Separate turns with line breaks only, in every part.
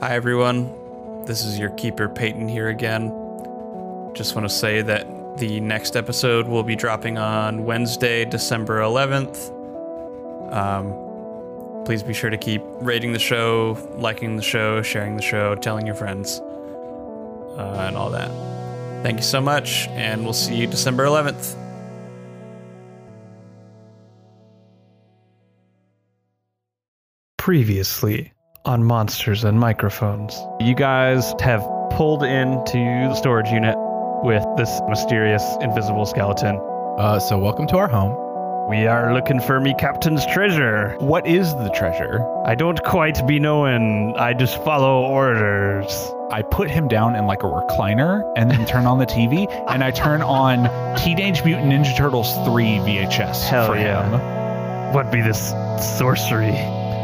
Hi, everyone. This is your keeper, Peyton, here again. Just want to say that the next episode will be dropping on Wednesday, December 11th. Um, please be sure to keep rating the show, liking the show, sharing the show, telling your friends, uh, and all that. Thank you so much, and we'll see you December 11th.
previously on Monsters and Microphones. You guys have pulled into the storage unit with this mysterious invisible skeleton.
Uh, so welcome to our home.
We are looking for me captain's treasure.
What is the treasure?
I don't quite be knowing. I just follow orders.
I put him down in like a recliner and then turn on the TV and I turn on Teenage Mutant Ninja Turtles 3 VHS
Hell
for
yeah.
him.
What be this sorcery?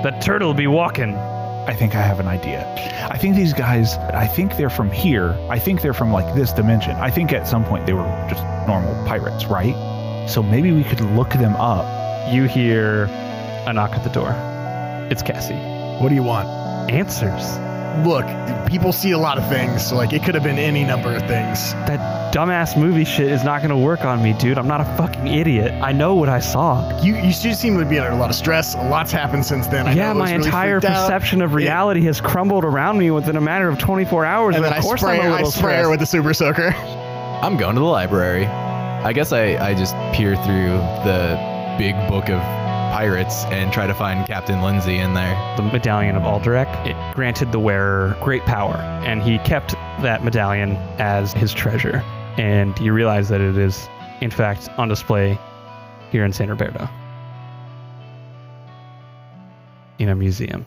The turtle be walking.
I think I have an idea. I think these guys, I think they're from here. I think they're from like this dimension. I think at some point they were just normal pirates, right? So maybe we could look them up.
You hear a knock at the door. It's Cassie.
What do you want?
Answers.
Look, people see a lot of things, so like it could have been any number of things.
That dumbass movie shit is not gonna work on me, dude. I'm not a fucking idiot. I know what I saw.
You you do seem to be under a lot of stress. A lot's happened since then. I know
yeah,
I was
my
really
entire
freaked out.
perception of
Yeah.
reality has crumbled around me within a matter of 24 hours,
And
and,
then
of
I
course
spray,
I'm a
I
little
spray her
stressed.
with the super soaker.
I'm going to the library. I guess I, I just peer through the big book of pirates and try to find Captain Lindsay in there.
the medallion of Alderac. It granted the wearer great power, and he kept that medallion as his treasure. And you realize that it is, in fact, on display here in San Roberto in a museum.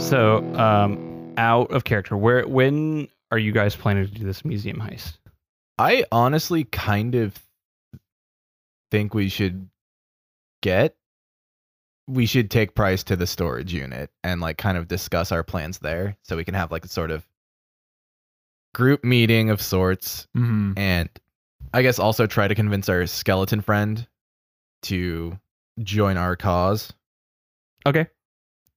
So, um, out of character, where when are you guys planning to do this museum heist?
I honestly kind of think we should get we should take Price to the storage unit and like kind of discuss our plans there so we can have like a sort of group meeting of sorts
Mm-hmm.
and I guess also try to convince our skeleton friend to join our cause.
Okay.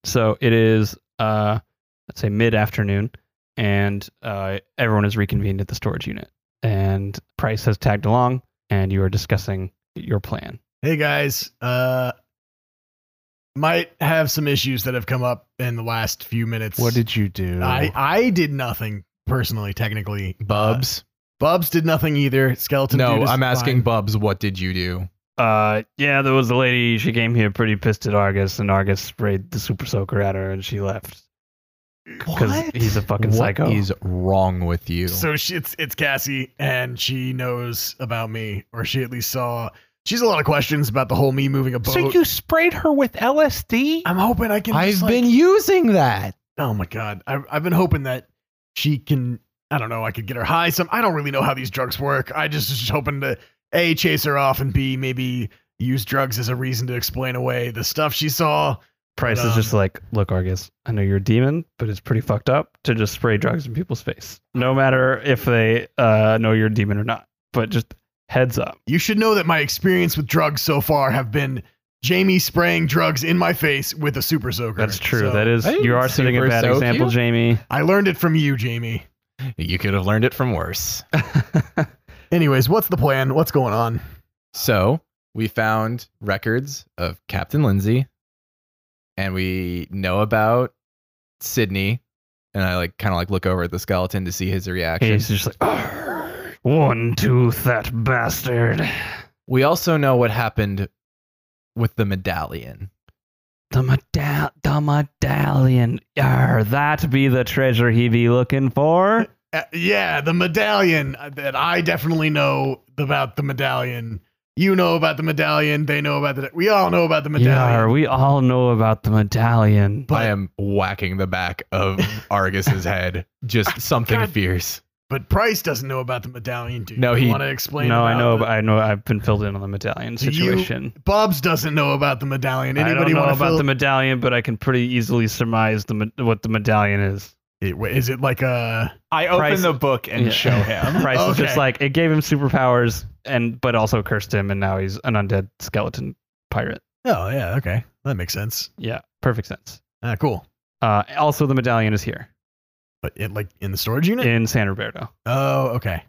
So it is, uh, let's say mid afternoon, and uh, everyone is reconvened at the storage unit, and Price has tagged along, and you are discussing your plan.
Hey guys, uh, might have some issues that have come up in the last few minutes.
What did you do?
I? I did nothing personally, technically.
Bubs.
Bubs did nothing either. Skeleton.
Uh, no,
dude is
I'm asking
fine.
Bubs, what did you do?
Uh, yeah, there was a lady. She came here pretty pissed at Argus, and Argus sprayed the super soaker at her, and she left because
What?
he's a fucking
What
psycho.
is wrong with you?
So she, it's it's Cassie, and she knows about me, or she at least saw. She's a lot of questions about the whole me moving a boat.
So you sprayed her with LSD?
I'm hoping I can. just, like-
using that.
Oh my god, I've I've been hoping that she can. I don't know. I could get her high. Some. I don't really know how these drugs work. I just was just hoping to a chase her off and b maybe use drugs as a reason to explain away the stuff she saw.
Price is
Um,
just like, look, Argus, I know you're a demon, but it's pretty fucked up to just spray drugs in people's face, no matter if they uh, know you're a demon or not. But just heads up.
You should know that my experience with drugs so far have been Jamie spraying drugs in my face with a super soaker.
That's true.
So,
that is,
I
you are
didn't
setting a
super
bad
soak
example,
you.
Jamie.
I learned it from you, Jamie.
You could have learned it from worse.
Anyways, what's the plan? What's going on?
So we found records of Captain Lindsay, and we know about Sydney. And I like kind of like look over at the skeleton to see his reaction.
He's just like, one tooth, that bastard.
We also know what happened with the medallion.
The, medall- the medallion. Yar, that be the treasure he be looking for.
Uh, yeah, the medallion uh, that I definitely know about the medallion. You know about the medallion. They know about the. We all know about the
Yar,
medallion.
we all know about the medallion.
But-
I am whacking the back of Argus's head. Just something
Oh, God.
fierce.
But Price doesn't know about the medallion. Do you
No, he-
want to explain?
No, I
about
know,
the-
but I know I've been filled in on the medallion
Do you-
situation.
Bob's doesn't know about the medallion.
I
Anybody
don't know
want to
about
fill?
the medallion, but I can pretty easily surmise the med- what the medallion is.
It- wait, Is it like a?
I open
Price-
the book and
Yeah.
show him.
Price is
Okay.
just like it gave him superpowers, and but also cursed him, and now he's an undead skeleton pirate.
Oh yeah, okay, that makes sense.
Yeah, perfect sense.
Ah, cool.
Uh, also, the medallion is here
But it, like in the storage unit.
in San Roberto.
Oh, okay.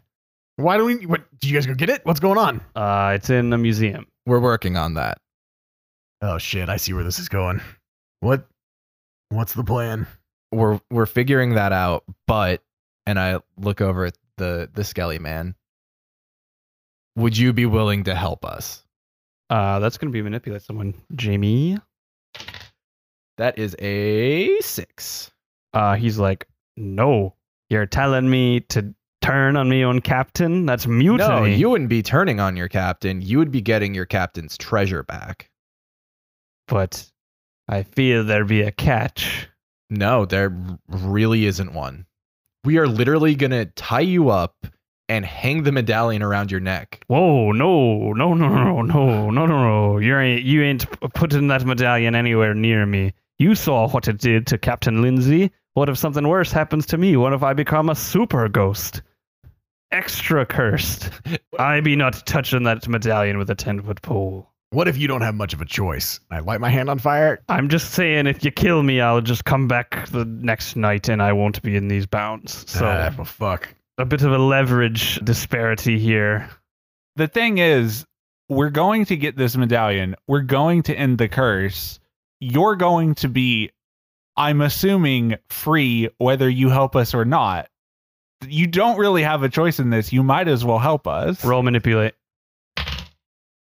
Why don't we? What? Do you guys go get it? What's going on?
Uh, it's in a museum.
We're working on that.
Oh shit! I see where this is going. What? What's the plan?
We're we're figuring that out, but and I look over at the the skelly man. Would you be willing to help us?
Uh, that's gonna be manipulate someone, Jamie.
That is a 6.
Uh, he's like, no, you're telling me to turn on me on captain. That's mutiny.
No, you wouldn't be turning on your captain. You would be getting your captain's treasure back.
but I fear there be a catch.
No, there really isn't one. We are literally going to tie you up and hang the medallion around your neck.
Whoa, no, no, no, no, no, no, no, no. You ain't, you ain't p- putting that medallion anywhere near me. You saw what it did to Captain Lindsay. What if something worse happens to me? What if I become a super ghost? Extra cursed. I be not touching that medallion with a 10 foot pole.
What if you don't have much of a choice? I light my hand on fire.
I'm just saying, if you kill me, I'll just come back the next night and I won't be in these bounds. So,
ah, well, fuck.
a bit of a leverage disparity here.
the thing is, we're going to get this medallion. We're going to end the curse. You're going to be, I'm assuming, free whether you help us or not. You don't really have a choice in this. You might as well help us.
Roll manipulate.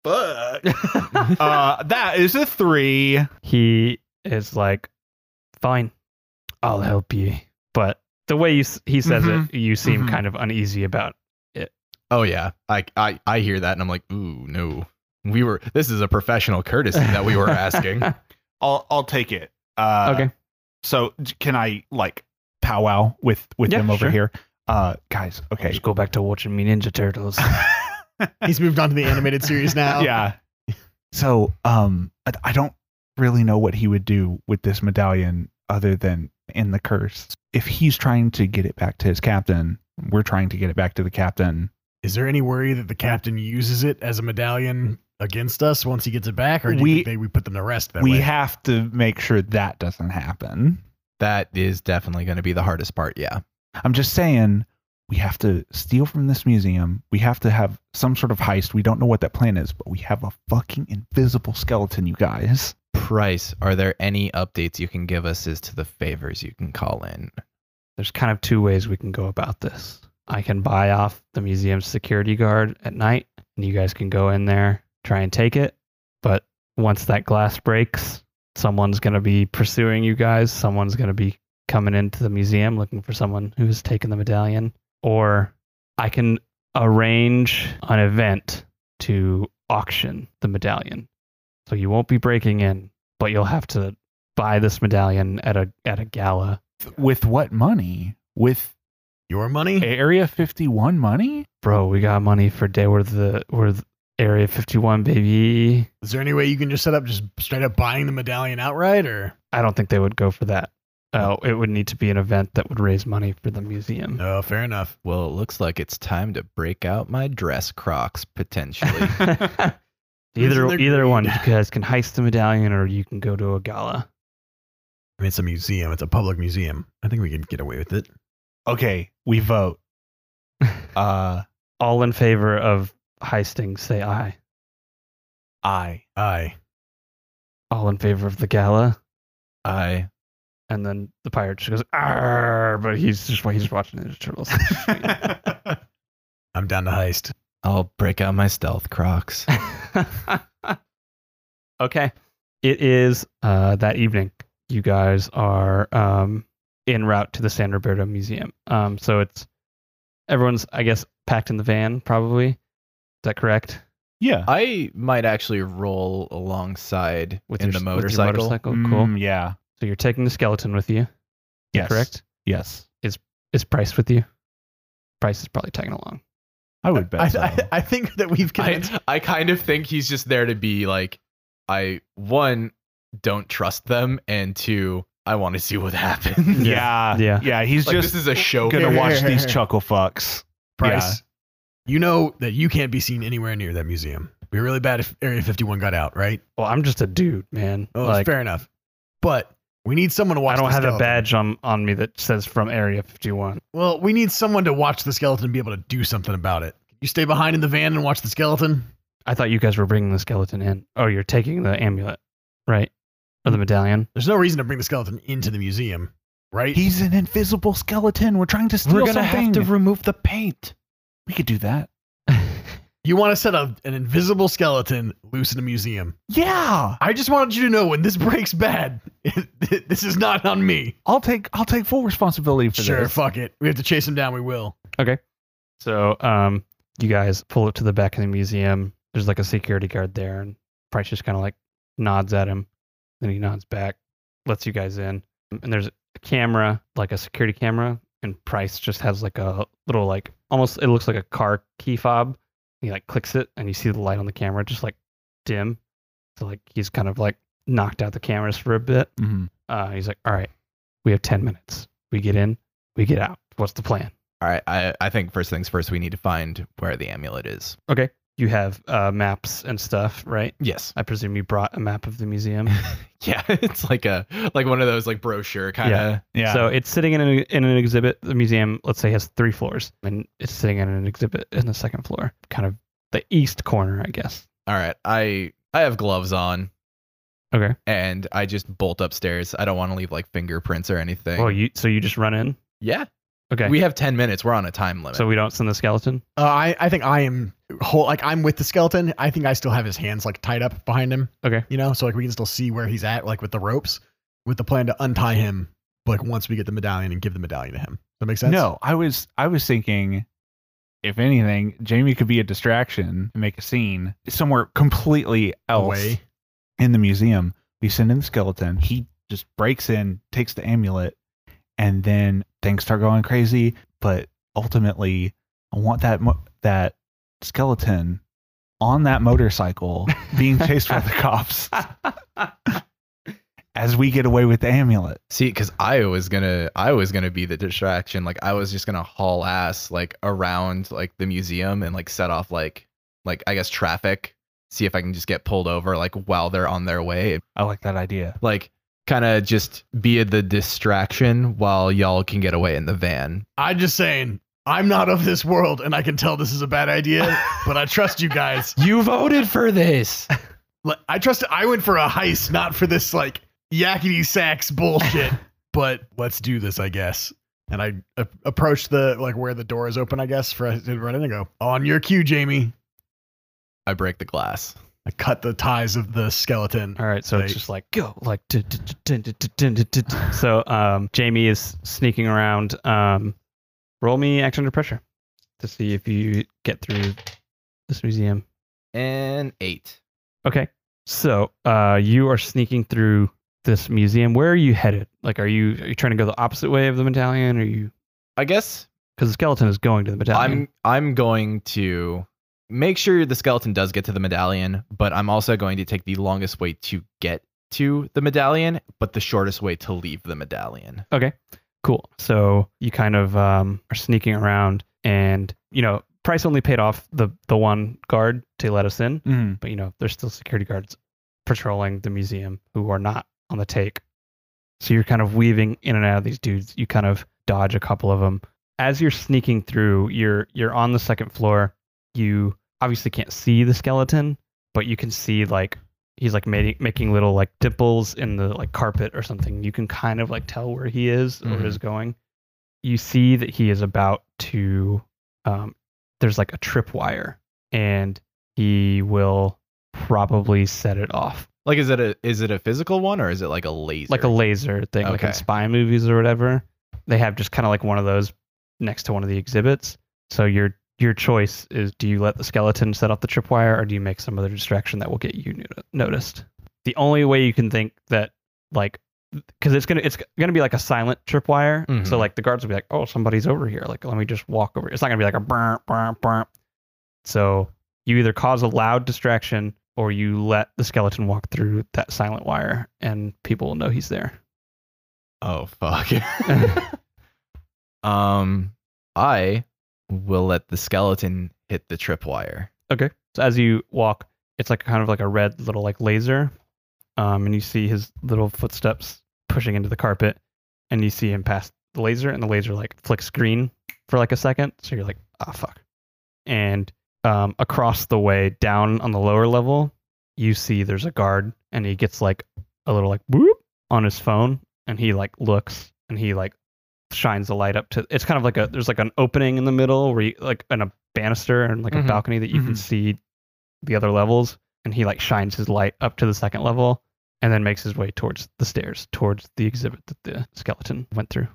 Fuck.
Uh, that is a three.
he is like, "Fine, I'll help you." But the way you, s- he says it, you seem
Mhm.
kind of uneasy about.
Oh yeah, I I I hear that and I'm like, "Ooh, no. We were this is a professional courtesy that we were asking."
I'll I'll take it. Uh,
Okay.
So d- can I like powwow with with
Yeah,
him over
sure.
here, uh, guys? Okay.
Just go back to watching me Ninja Turtles.
He's moved on to the animated series now.
yeah. So, um, I, I don't really know what he would do with this medallion other than in the curse. If he's trying to get it back to his captain, we're trying to get it back to the captain.
Is there any worry that the captain uses it as a medallion against us once he gets it back, or do
We-
you think they, we put them to rest that
we
way?
have to make sure that doesn't happen.
that is definitely going to be the hardest part, yeah.
I'm just saying we have to steal from this museum. We have to have some sort of heist. We don't know what that plan is, but we have a fucking invisible skeleton, you guys.
Price, are there any updates you can give us as to the favors you can call in?
There's kind of two ways we can go about this. I can buy off the museum's security guard at night, and you guys can go in there, try and take it. But once that glass breaks, someone's going to be pursuing you guys. Someone's going to be coming into the museum looking for someone who's taken the medallion. Or I can arrange an event to auction the medallion. So you won't be breaking in, but you'll have to buy this medallion at a at a gala
With what money? With
Your money?
Area 51 money?
bro, we got money for day. We're the we're the Area 51, baby.
Is there any way you can just set up just straight up buying the medallion outright, or
I don't think they would go for that. Oh, it would need to be an event that would raise money for the museum.
no? Oh, Fair enough.
Well, it looks like it's time to break out my dress crocs potentially.
either
Isn't there
either one, you
greed?
guys can heist the medallion, or you can go to a gala.
I mean, it's a museum. It's a public museum. I think we can get away with it.
Okay, we vote. Uh,
All in favor of heisting, say aye.
I.
Aye.
All in favor of the gala,
I
and then the pirate just goes, "Arr!" But he's just he's watching the turtles.
I'm down to heist.
I'll break out my stealth crocs.
okay. It is uh, that evening. You guys are um, en route to the San Roberto Museum. Um, so it's everyone's, I guess, packed in the van, probably. Is that correct?
Yeah.
I might actually roll alongside in
your-
the motorcycle.
With your motorcycle. Oh, Cool.
Mm, yeah.
So you're taking the skeleton with you. Is that
Yes.
Correct.
Yes.
Is Price with you? Price is probably tagging along.
I would bet.
I,
so.
I, I think that we've convinced.
I, I kind of think he's just there to be like, I one don't trust them, and two, I want to see what happens.
yeah,
Yeah.
yeah, He's
like
just
this is a show.
gonna
Here,
watch
here,
these
here.
chuckle fucks.
Price, you know that you can't be seen anywhere near that museum. It'd be really bad if Area 51 got out, right?
Well, I'm just a dude, man.
Oh,
like,
fair enough. But we need someone to watch.
I don't
the
have a
skeleton.
badge on, on me that says from Area 51.
Well, we need someone to watch the skeleton and be able to do something about it. Can you stay behind in the van and watch the skeleton?
I thought you guys were bringing the skeleton in. Oh, you're taking the amulet, right? Or
Mm.
the medallion.
There's no reason to bring the skeleton into the museum, right?
He's an invisible skeleton. We're trying to steal
We're gonna
something.
have to remove the paint.
we could do that.
you want to set up an invisible skeleton loose in a museum.
Yeah,
I just wanted you to know when this breaks bad, this is not on me.
I'll take I'll take full responsibility for
Sure,
this.
fuck it. We have to chase him down. We will.
so, um, you guys pull up to the back of the museum. There's like a security guard there, and Price just kind of like nods at him. Then he nods back, lets you guys in. And there's a camera, like a security camera, and Price just has like a little, like almost, it looks like a car key fob. He like clicks it, and you see the light on the camera just like dim. So, like, he's kind of like knocked out the cameras for a bit.
Mhm.
Uh, he's like, all right, we have 10 minutes. We get in, we get out. What's the plan?
All right, I I think first things first, we need to find where the amulet is.
You have uh, maps and stuff, right?
Yes.
I presume you brought a map of the museum.
Yeah, it's like a like one of those like brochure kind of.
Yeah.
Yeah.
So it's sitting in an, in an exhibit. The museum, let's say, has three floors, and it's sitting in an exhibit in the second floor, kind of the east corner, I guess.
All right, I I have gloves on.
Okay.
And I just bolt upstairs. I don't want to leave like fingerprints or anything.
Well, you so you just run in.
yeah.
Oh, Okay.
We have 10 minutes. We're on a time limit.
so we don't send the skeleton.
Uh, I I think I am whole. Like I'm with the skeleton. I think I still have his hands like tied up behind him.
Okay.
You know, so like we can still see where he's at, like with the ropes, with the plan to untie him. Like once we get the medallion and give the medallion to him. That makes sense.
no, I was I was thinking, if anything, Jamie could be a distraction and make a scene somewhere completely else
Away.
in the museum. We send in the skeleton. He just breaks in, takes the amulet, and then things start going crazy. But ultimately, I want that mo- that skeleton on that motorcycle being chased by the cops as we get away with the amulet.
See, because I was gonna, I was gonna be the distraction. Like I was just gonna haul ass like around like the museum and like set off like, like I guess traffic. See if I can just get pulled over like while they're on their way.
I like that idea.
Like kind of just be the distraction while y'all can get away in the van.
I'm just saying. I'm not of this world, and I can tell this is a bad idea. but I trust you guys.
You voted for this.
Like, I trust. I went for a heist, not for this like yakety sacks bullshit. but let's do this, I guess. And I uh, approach the like where the door is open, I guess, for us to run in and go on your cue, Jamie.
I break the glass.
I cut the ties of the skeleton.
All right, so it's
They-
just like go, like. dun, dun, dun, dun, dun, dun, dun, dun, dun. So um, Jamie is sneaking around. Um, roll me action under pressure to see if you get through this museum.
And eight.
Okay, so uh, you are sneaking through this museum. Where are you headed? Like, are you are you trying to go the opposite way of the medallion? Are you
I guess
because the skeleton is going to the medallion?
I'm I'm going to make sure the skeleton does get to the medallion, but I'm also going to take the longest way to get to the medallion, but the shortest way to leave the medallion.
Cool. So you kind of um, are sneaking around, and you know, Price only paid off the the one guard to let us in.
Mm.
but you know there's still security guards patrolling the museum who are not on the take so you're kind of weaving in and out of these dudes you kind of dodge a couple of them as you're sneaking through you're you're on the second floor you obviously can't see the skeleton but you can see like he's like making making little like dimples in the like carpet or something you can kind of like tell where he is or
Mhm.
is going you see that he is about to um there's like a tripwire and he will probably set it off
Like is it a is it a physical one or is it like a laser?
like a laser thing like in
Okay.
spy movies or whatever they have just kind of like one of those next to one of the exhibits so your your choice is do you let the skeleton set off the tripwire or do you make some other distraction that will get you noti- noticed the only way you can think that like because it's gonna it's gonna be like a silent tripwire. So
Mhm.
like the guards will be like, oh, somebody's over here. Like let me just walk over. It's not gonna be like a burp burp burp. So you either cause a loud distraction or you let the skeleton walk through that silent wire, and people will know he's there.
Oh fuck. um I will let the skeleton hit the tripwire.
Okay. So as you walk, it's like kind of like a red little like laser, um, and you see his little footsteps pushing into the carpet, and you see him pass the laser, and the laser like flicks green for like a second. So you're like, ah, fuck. And um, across the way, down on the lower level, you see there's a guard, and he gets like a little like whoop on his phone, and he like looks, and he like shines the light up to. It's kind of like a there's like an opening in the middle where you like and a banister and like
Mhm.
a balcony that you can
Mhm.
see the other levels, and he like shines his light up to the second level, and then makes his way towards the stairs, towards the exhibit that the skeleton went through.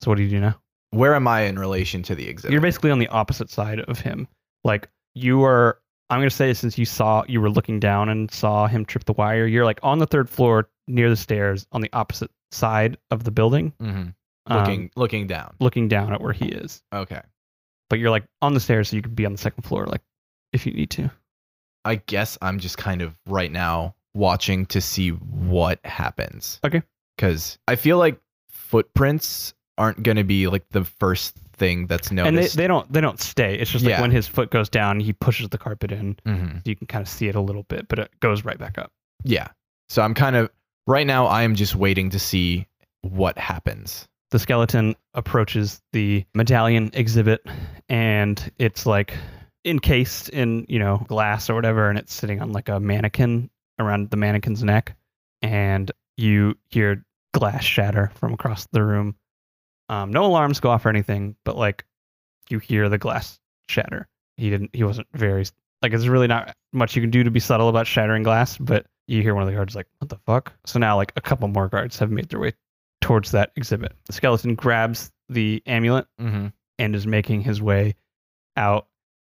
So what do you do now?
Where am I in relation to the exhibit?
You're basically on the opposite side of him. Like you are I'm gonna say since you saw you were looking down and saw him trip the wire, you're like on the third floor near the stairs on the opposite side of the building.
Mhm.
um,
looking looking down.
looking down at where he is.
Okay.
But you're like on the stairs so you could be on the second floor, like if you need to.
I guess I'm just kind of right now watching to see what happens.
Okay.
Because I feel like footprints aren't going to be like the first thing that's
and they,
noticed.
they don't they don't stay. It's just like
Yeah.
when his foot goes down, he pushes the carpet in.
Mhm.
You can kind of see it a little bit, but it goes right back up.
Yeah. So I'm kind of right now. I am just waiting to see what happens.
the skeleton approaches the medallion exhibit and it's like encased in you know glass or whatever and it's sitting on like a mannequin around the mannequin's neck and you hear glass shatter from across the room um, no alarms go off or anything but like you hear the glass shatter he didn't he wasn't very like it's really not much you can do to be subtle about shattering glass but you hear one of the guards like what the fuck so now like a couple more guards have made their way towards that exhibit. The skeleton grabs the amulet
Mm-hmm.
and is making his way out.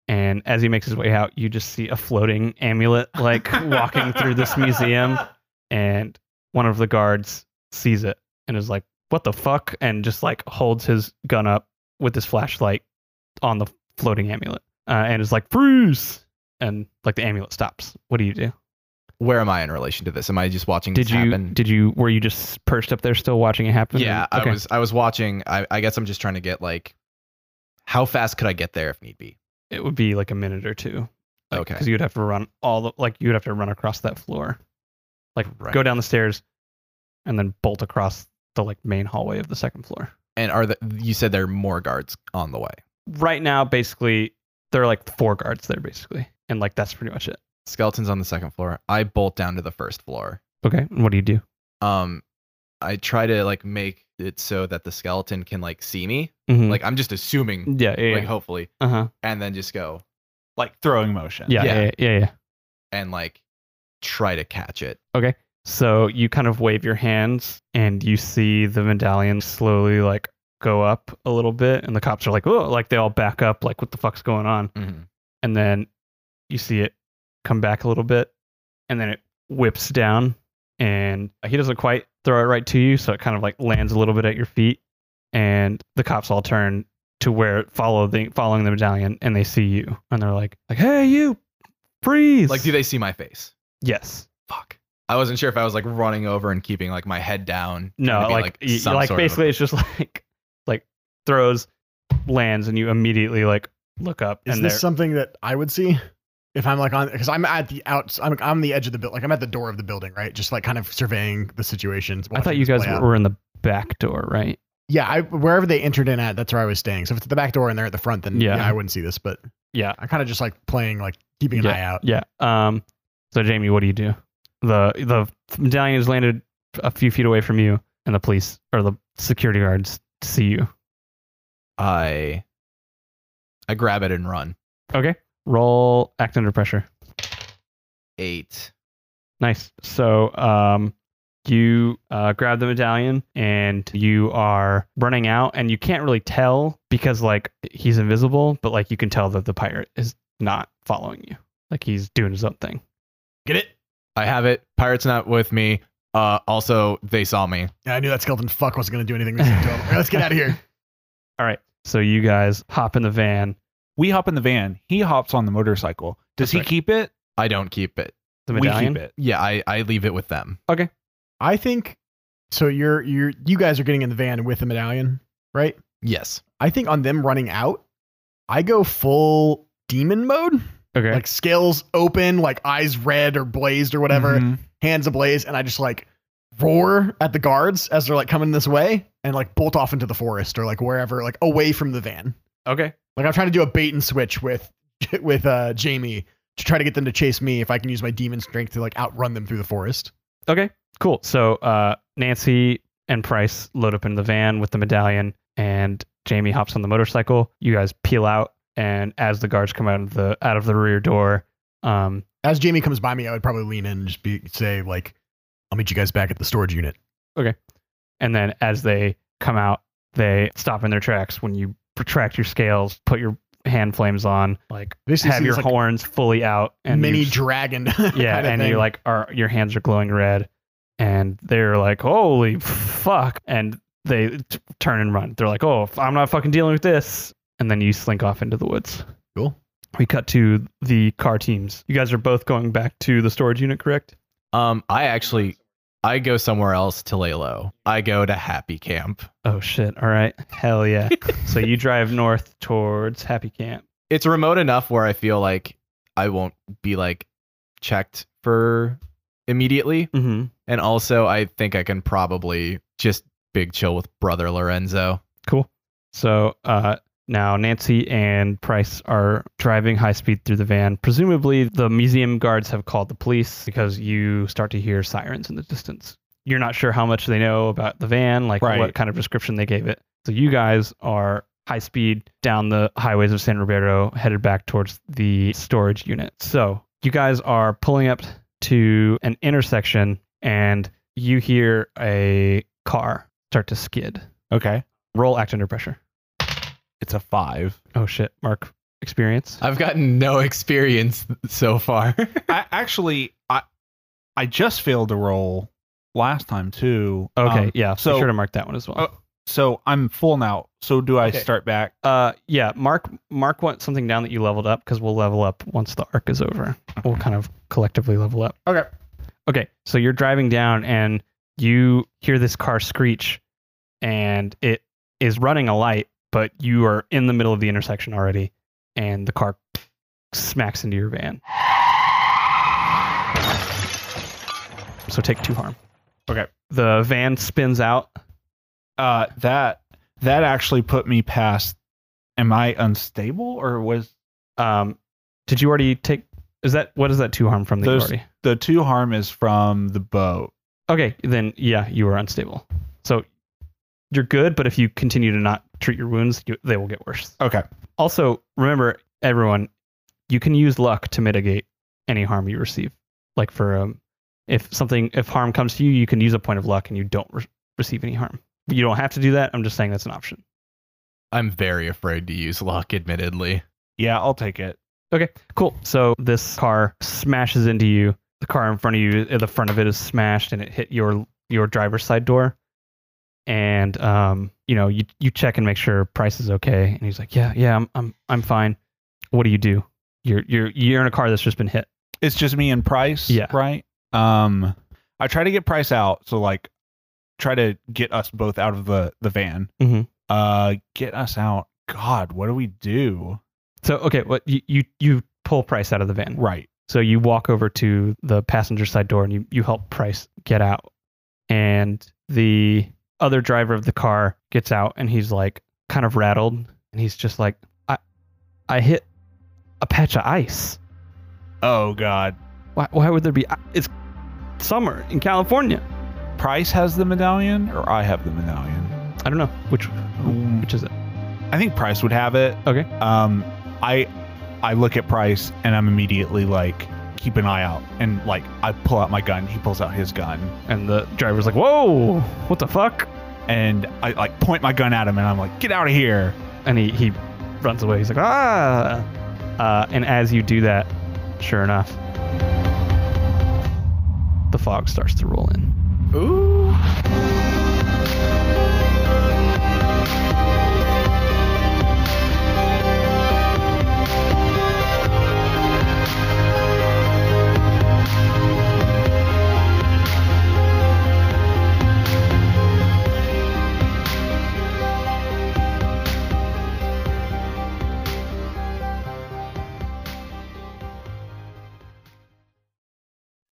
And as he makes his way out, you just see a floating amulet like walking through this museum. And one of the guards sees it and is like, what the fuck? And just like holds his gun up with his flashlight on the floating amulet uh, and is like, freeze. And like the amulet stops. What do you do?
Where am I in relation to this? Am I just watching
Did
this
you
happen?
did you were you just perched up there still watching it happen?
yeah,
Okay.
I was. I was watching. I, I guess I'm just trying to get like, how fast could I get there if need be?
it would be like a minute or two.
Okay.
Because you'd have to run all the like you'd have to run across that floor, like
Right.
go down the stairs, and then bolt across the like main hallway of the second floor.
And are the you said there are more guards on the way?
Right now, basically, there are like four guards there, basically, and like that's pretty much it.
Skeletons on the second floor. I bolt down to the first floor.
Okay, and what do you do?
um i try to like make it so that the skeleton can like see me
Mhm.
like i'm just assuming
yeah, yeah,
like
yeah.
hopefully
uh-huh.
and then just go
like throwing motion.
yeah, yeah,
Yeah.
yeah, yeah, yeah.
and like try to catch it
So you kind of wave your hands, and you see the medallion slowly like go up a little bit, and the cops are like, "Oh!" Like they all back up, like what the fuck's going on? and then you see it come back a little bit and then it whips down and he doesn't quite throw it right to you so it kind of like lands a little bit at your feet and the cops all turn to where follow the following the medallion and they see you and they're like like hey you freeze
like do they see my face
yes
fuck i wasn't sure if i was like running over and keeping like my head down
no
trying to be,
like y-
some
like
sort of a-
basically it's just like like throws lands and you immediately like look up
Is
and
this
they're-
something that I would see if I'm like on because I'm at the outs I'm I'm the edge of the building like I'm at the door of the building right just like kind of surveying the situations.
i thought
watching
you
this
guys
play out.
were in the back door right
yeah I, wherever they entered in at that's where I was staying. So if it's at the back door and they're at the front then
Yeah.
yeah, I wouldn't see this but
yeah
I kind of just like playing like keeping an eye out.
Yeah. Um. So Jamie, what do you do? The the medallion has landed a few feet away from you, and the police or the security guards see you.
i i grab it and run
Okay. Roll. Act under pressure.
eight
Nice. So um, you uh, grab the medallion and you are running out, and you can't really tell because like he's invisible, but like you can tell that the pirate is not following you. Like he's doing his own thing.
Get it?
i have it pirate's not with me Uh, also, they saw me.
I knew that skeleton fuck wasn't going to do anything. this time to him. All right, Let's get out of here.
So you guys hop in the van.
We hop in the van. He hops on the motorcycle. Does
That's
he
right.
keep it?
I don't keep it.
The
we
medallion.
keep it.
Yeah, I, I leave it with them.
I think so. You're you're you guys are getting in the van with the medallion, right?
Yes.
I think on them running out, I go full demon mode,
Okay.
like scales open, like eyes red or blazed or whatever,
Mm-hmm.
Mhm.
hands ablaze, and I just like roar at the guards as they're like coming this way and like bolt off into the forest or like wherever, like away from the van.
okay.
Like I'm trying to do a bait and switch with with uh Jamie to try to get them to chase me if I can use my demon strength to like outrun them through the forest.
Okay. Cool. So uh, Nancy and Price load up in the van with the medallion, and Jamie hops on the motorcycle. You guys peel out, and as the guards come out of the out of the rear door, um,
As Jamie comes by me, I would probably lean in and just be say like, "I'll meet you guys back at the storage unit."
and then as they come out, they stop in their tracks when you protract your scales, put your hand flames on, like
This
have your horns fully out, and
mini
you-
dragon.
yeah,
kinda
and you
thing.
like are your hands are glowing red, and they're like, "Holy fuck!" And they t- turn and run. They're like, "Oh, f- I'm not fucking dealing with this!" And then you slink off into the woods.
Cool.
We cut to the car teams. You guys are both going back to the storage unit, correct?
Um, I actually, I go somewhere else to lay low. I go to Happy Camp.
Oh shit! All right, hell yeah. so you drive north towards Happy Camp.
It's remote enough where I feel like I won't be like checked for immediately.
Mm-hmm.
And also, I think I can probably just big chill with brother Lorenzo.
Cool. So uh, now Nancy and Price are driving high speed through the van. Presumably, the museum guards have called the police because you start to hear sirens in the distance. You're not sure how much they know about the van, like
Right.
what kind of description they gave it. So you guys are high speed down the highways of San Roberto, headed back towards the storage unit. So you guys are pulling up to an intersection and you hear a car start to skid.
Okay.
Roll act under pressure.
It's a five.
Oh shit, Mark experience.
I've gotten no experience so far.
I actually I I just failed a roll last time too.
Okay,
Um,
yeah. So uh,
so-
sure to mark that one as well.
So I'm full now. So do I
Okay.
start back?
uh yeah, mark mark want something down that you leveled up because we'll level up once the arc is over. We'll kind of collectively level up.
Okay.
Okay, so you're driving down and you hear this car screech and it is running a light, but you are in the middle of the intersection already and the car smacks into your van. So take two harm.
Okay.
The van spins out
Uh that that actually put me past am I unstable or was
Um, did you already take? Is that what is that two harm from the
Those-
already?
the two harm is from the boat.
Okay, then yeah, you are unstable. So you're good, but if you continue to not treat your wounds, you, they will get worse.
Okay.
Also, remember everyone, you can use luck to mitigate any harm you receive. Like for um, if something if harm comes to you, you can use a point of luck and you don't re- receive any harm. You don't have to do that. I'm just saying that's an option.
I'm very afraid to use luck, admittedly.
Yeah, I'll take it.
Okay, cool. So this car smashes into you. The car in front of you, the front of it is smashed, and it hit your your driver's side door. And um, you know, you you check and make sure Price is okay, and he's like, "Yeah, yeah, I'm I'm I'm fine." What do you do? You're you're you're in a car that's just been hit.
It's just me and Price,
Yeah.
right? Um I try to get Price out, so like try to get us both out of the the van.
Mhm.
Uh get us out. God, what do we do?
So okay, what you you you pull Price out of the van.
Right.
So you walk over to the passenger side door and you, you help Price get out. And the other driver of the car gets out and he's like kind of rattled and he's just like, I I hit a patch of ice.
Oh god.
Why why would there be i- it's summer in California.
Price has the medallion or I have the medallion. Mm,
I don't know which which is it.
I think Price would have it.
Okay.
Um I I look at Price and I'm immediately like keep an eye out and like I pull out my gun, he pulls out his gun
And the driver's like, Whoa, what the fuck?
and I like point my gun at him and I'm like get out of here.
and he, he runs away. He's like, ah! Uh, and as you do that, sure enough, the fog starts to roll in.
Ooh.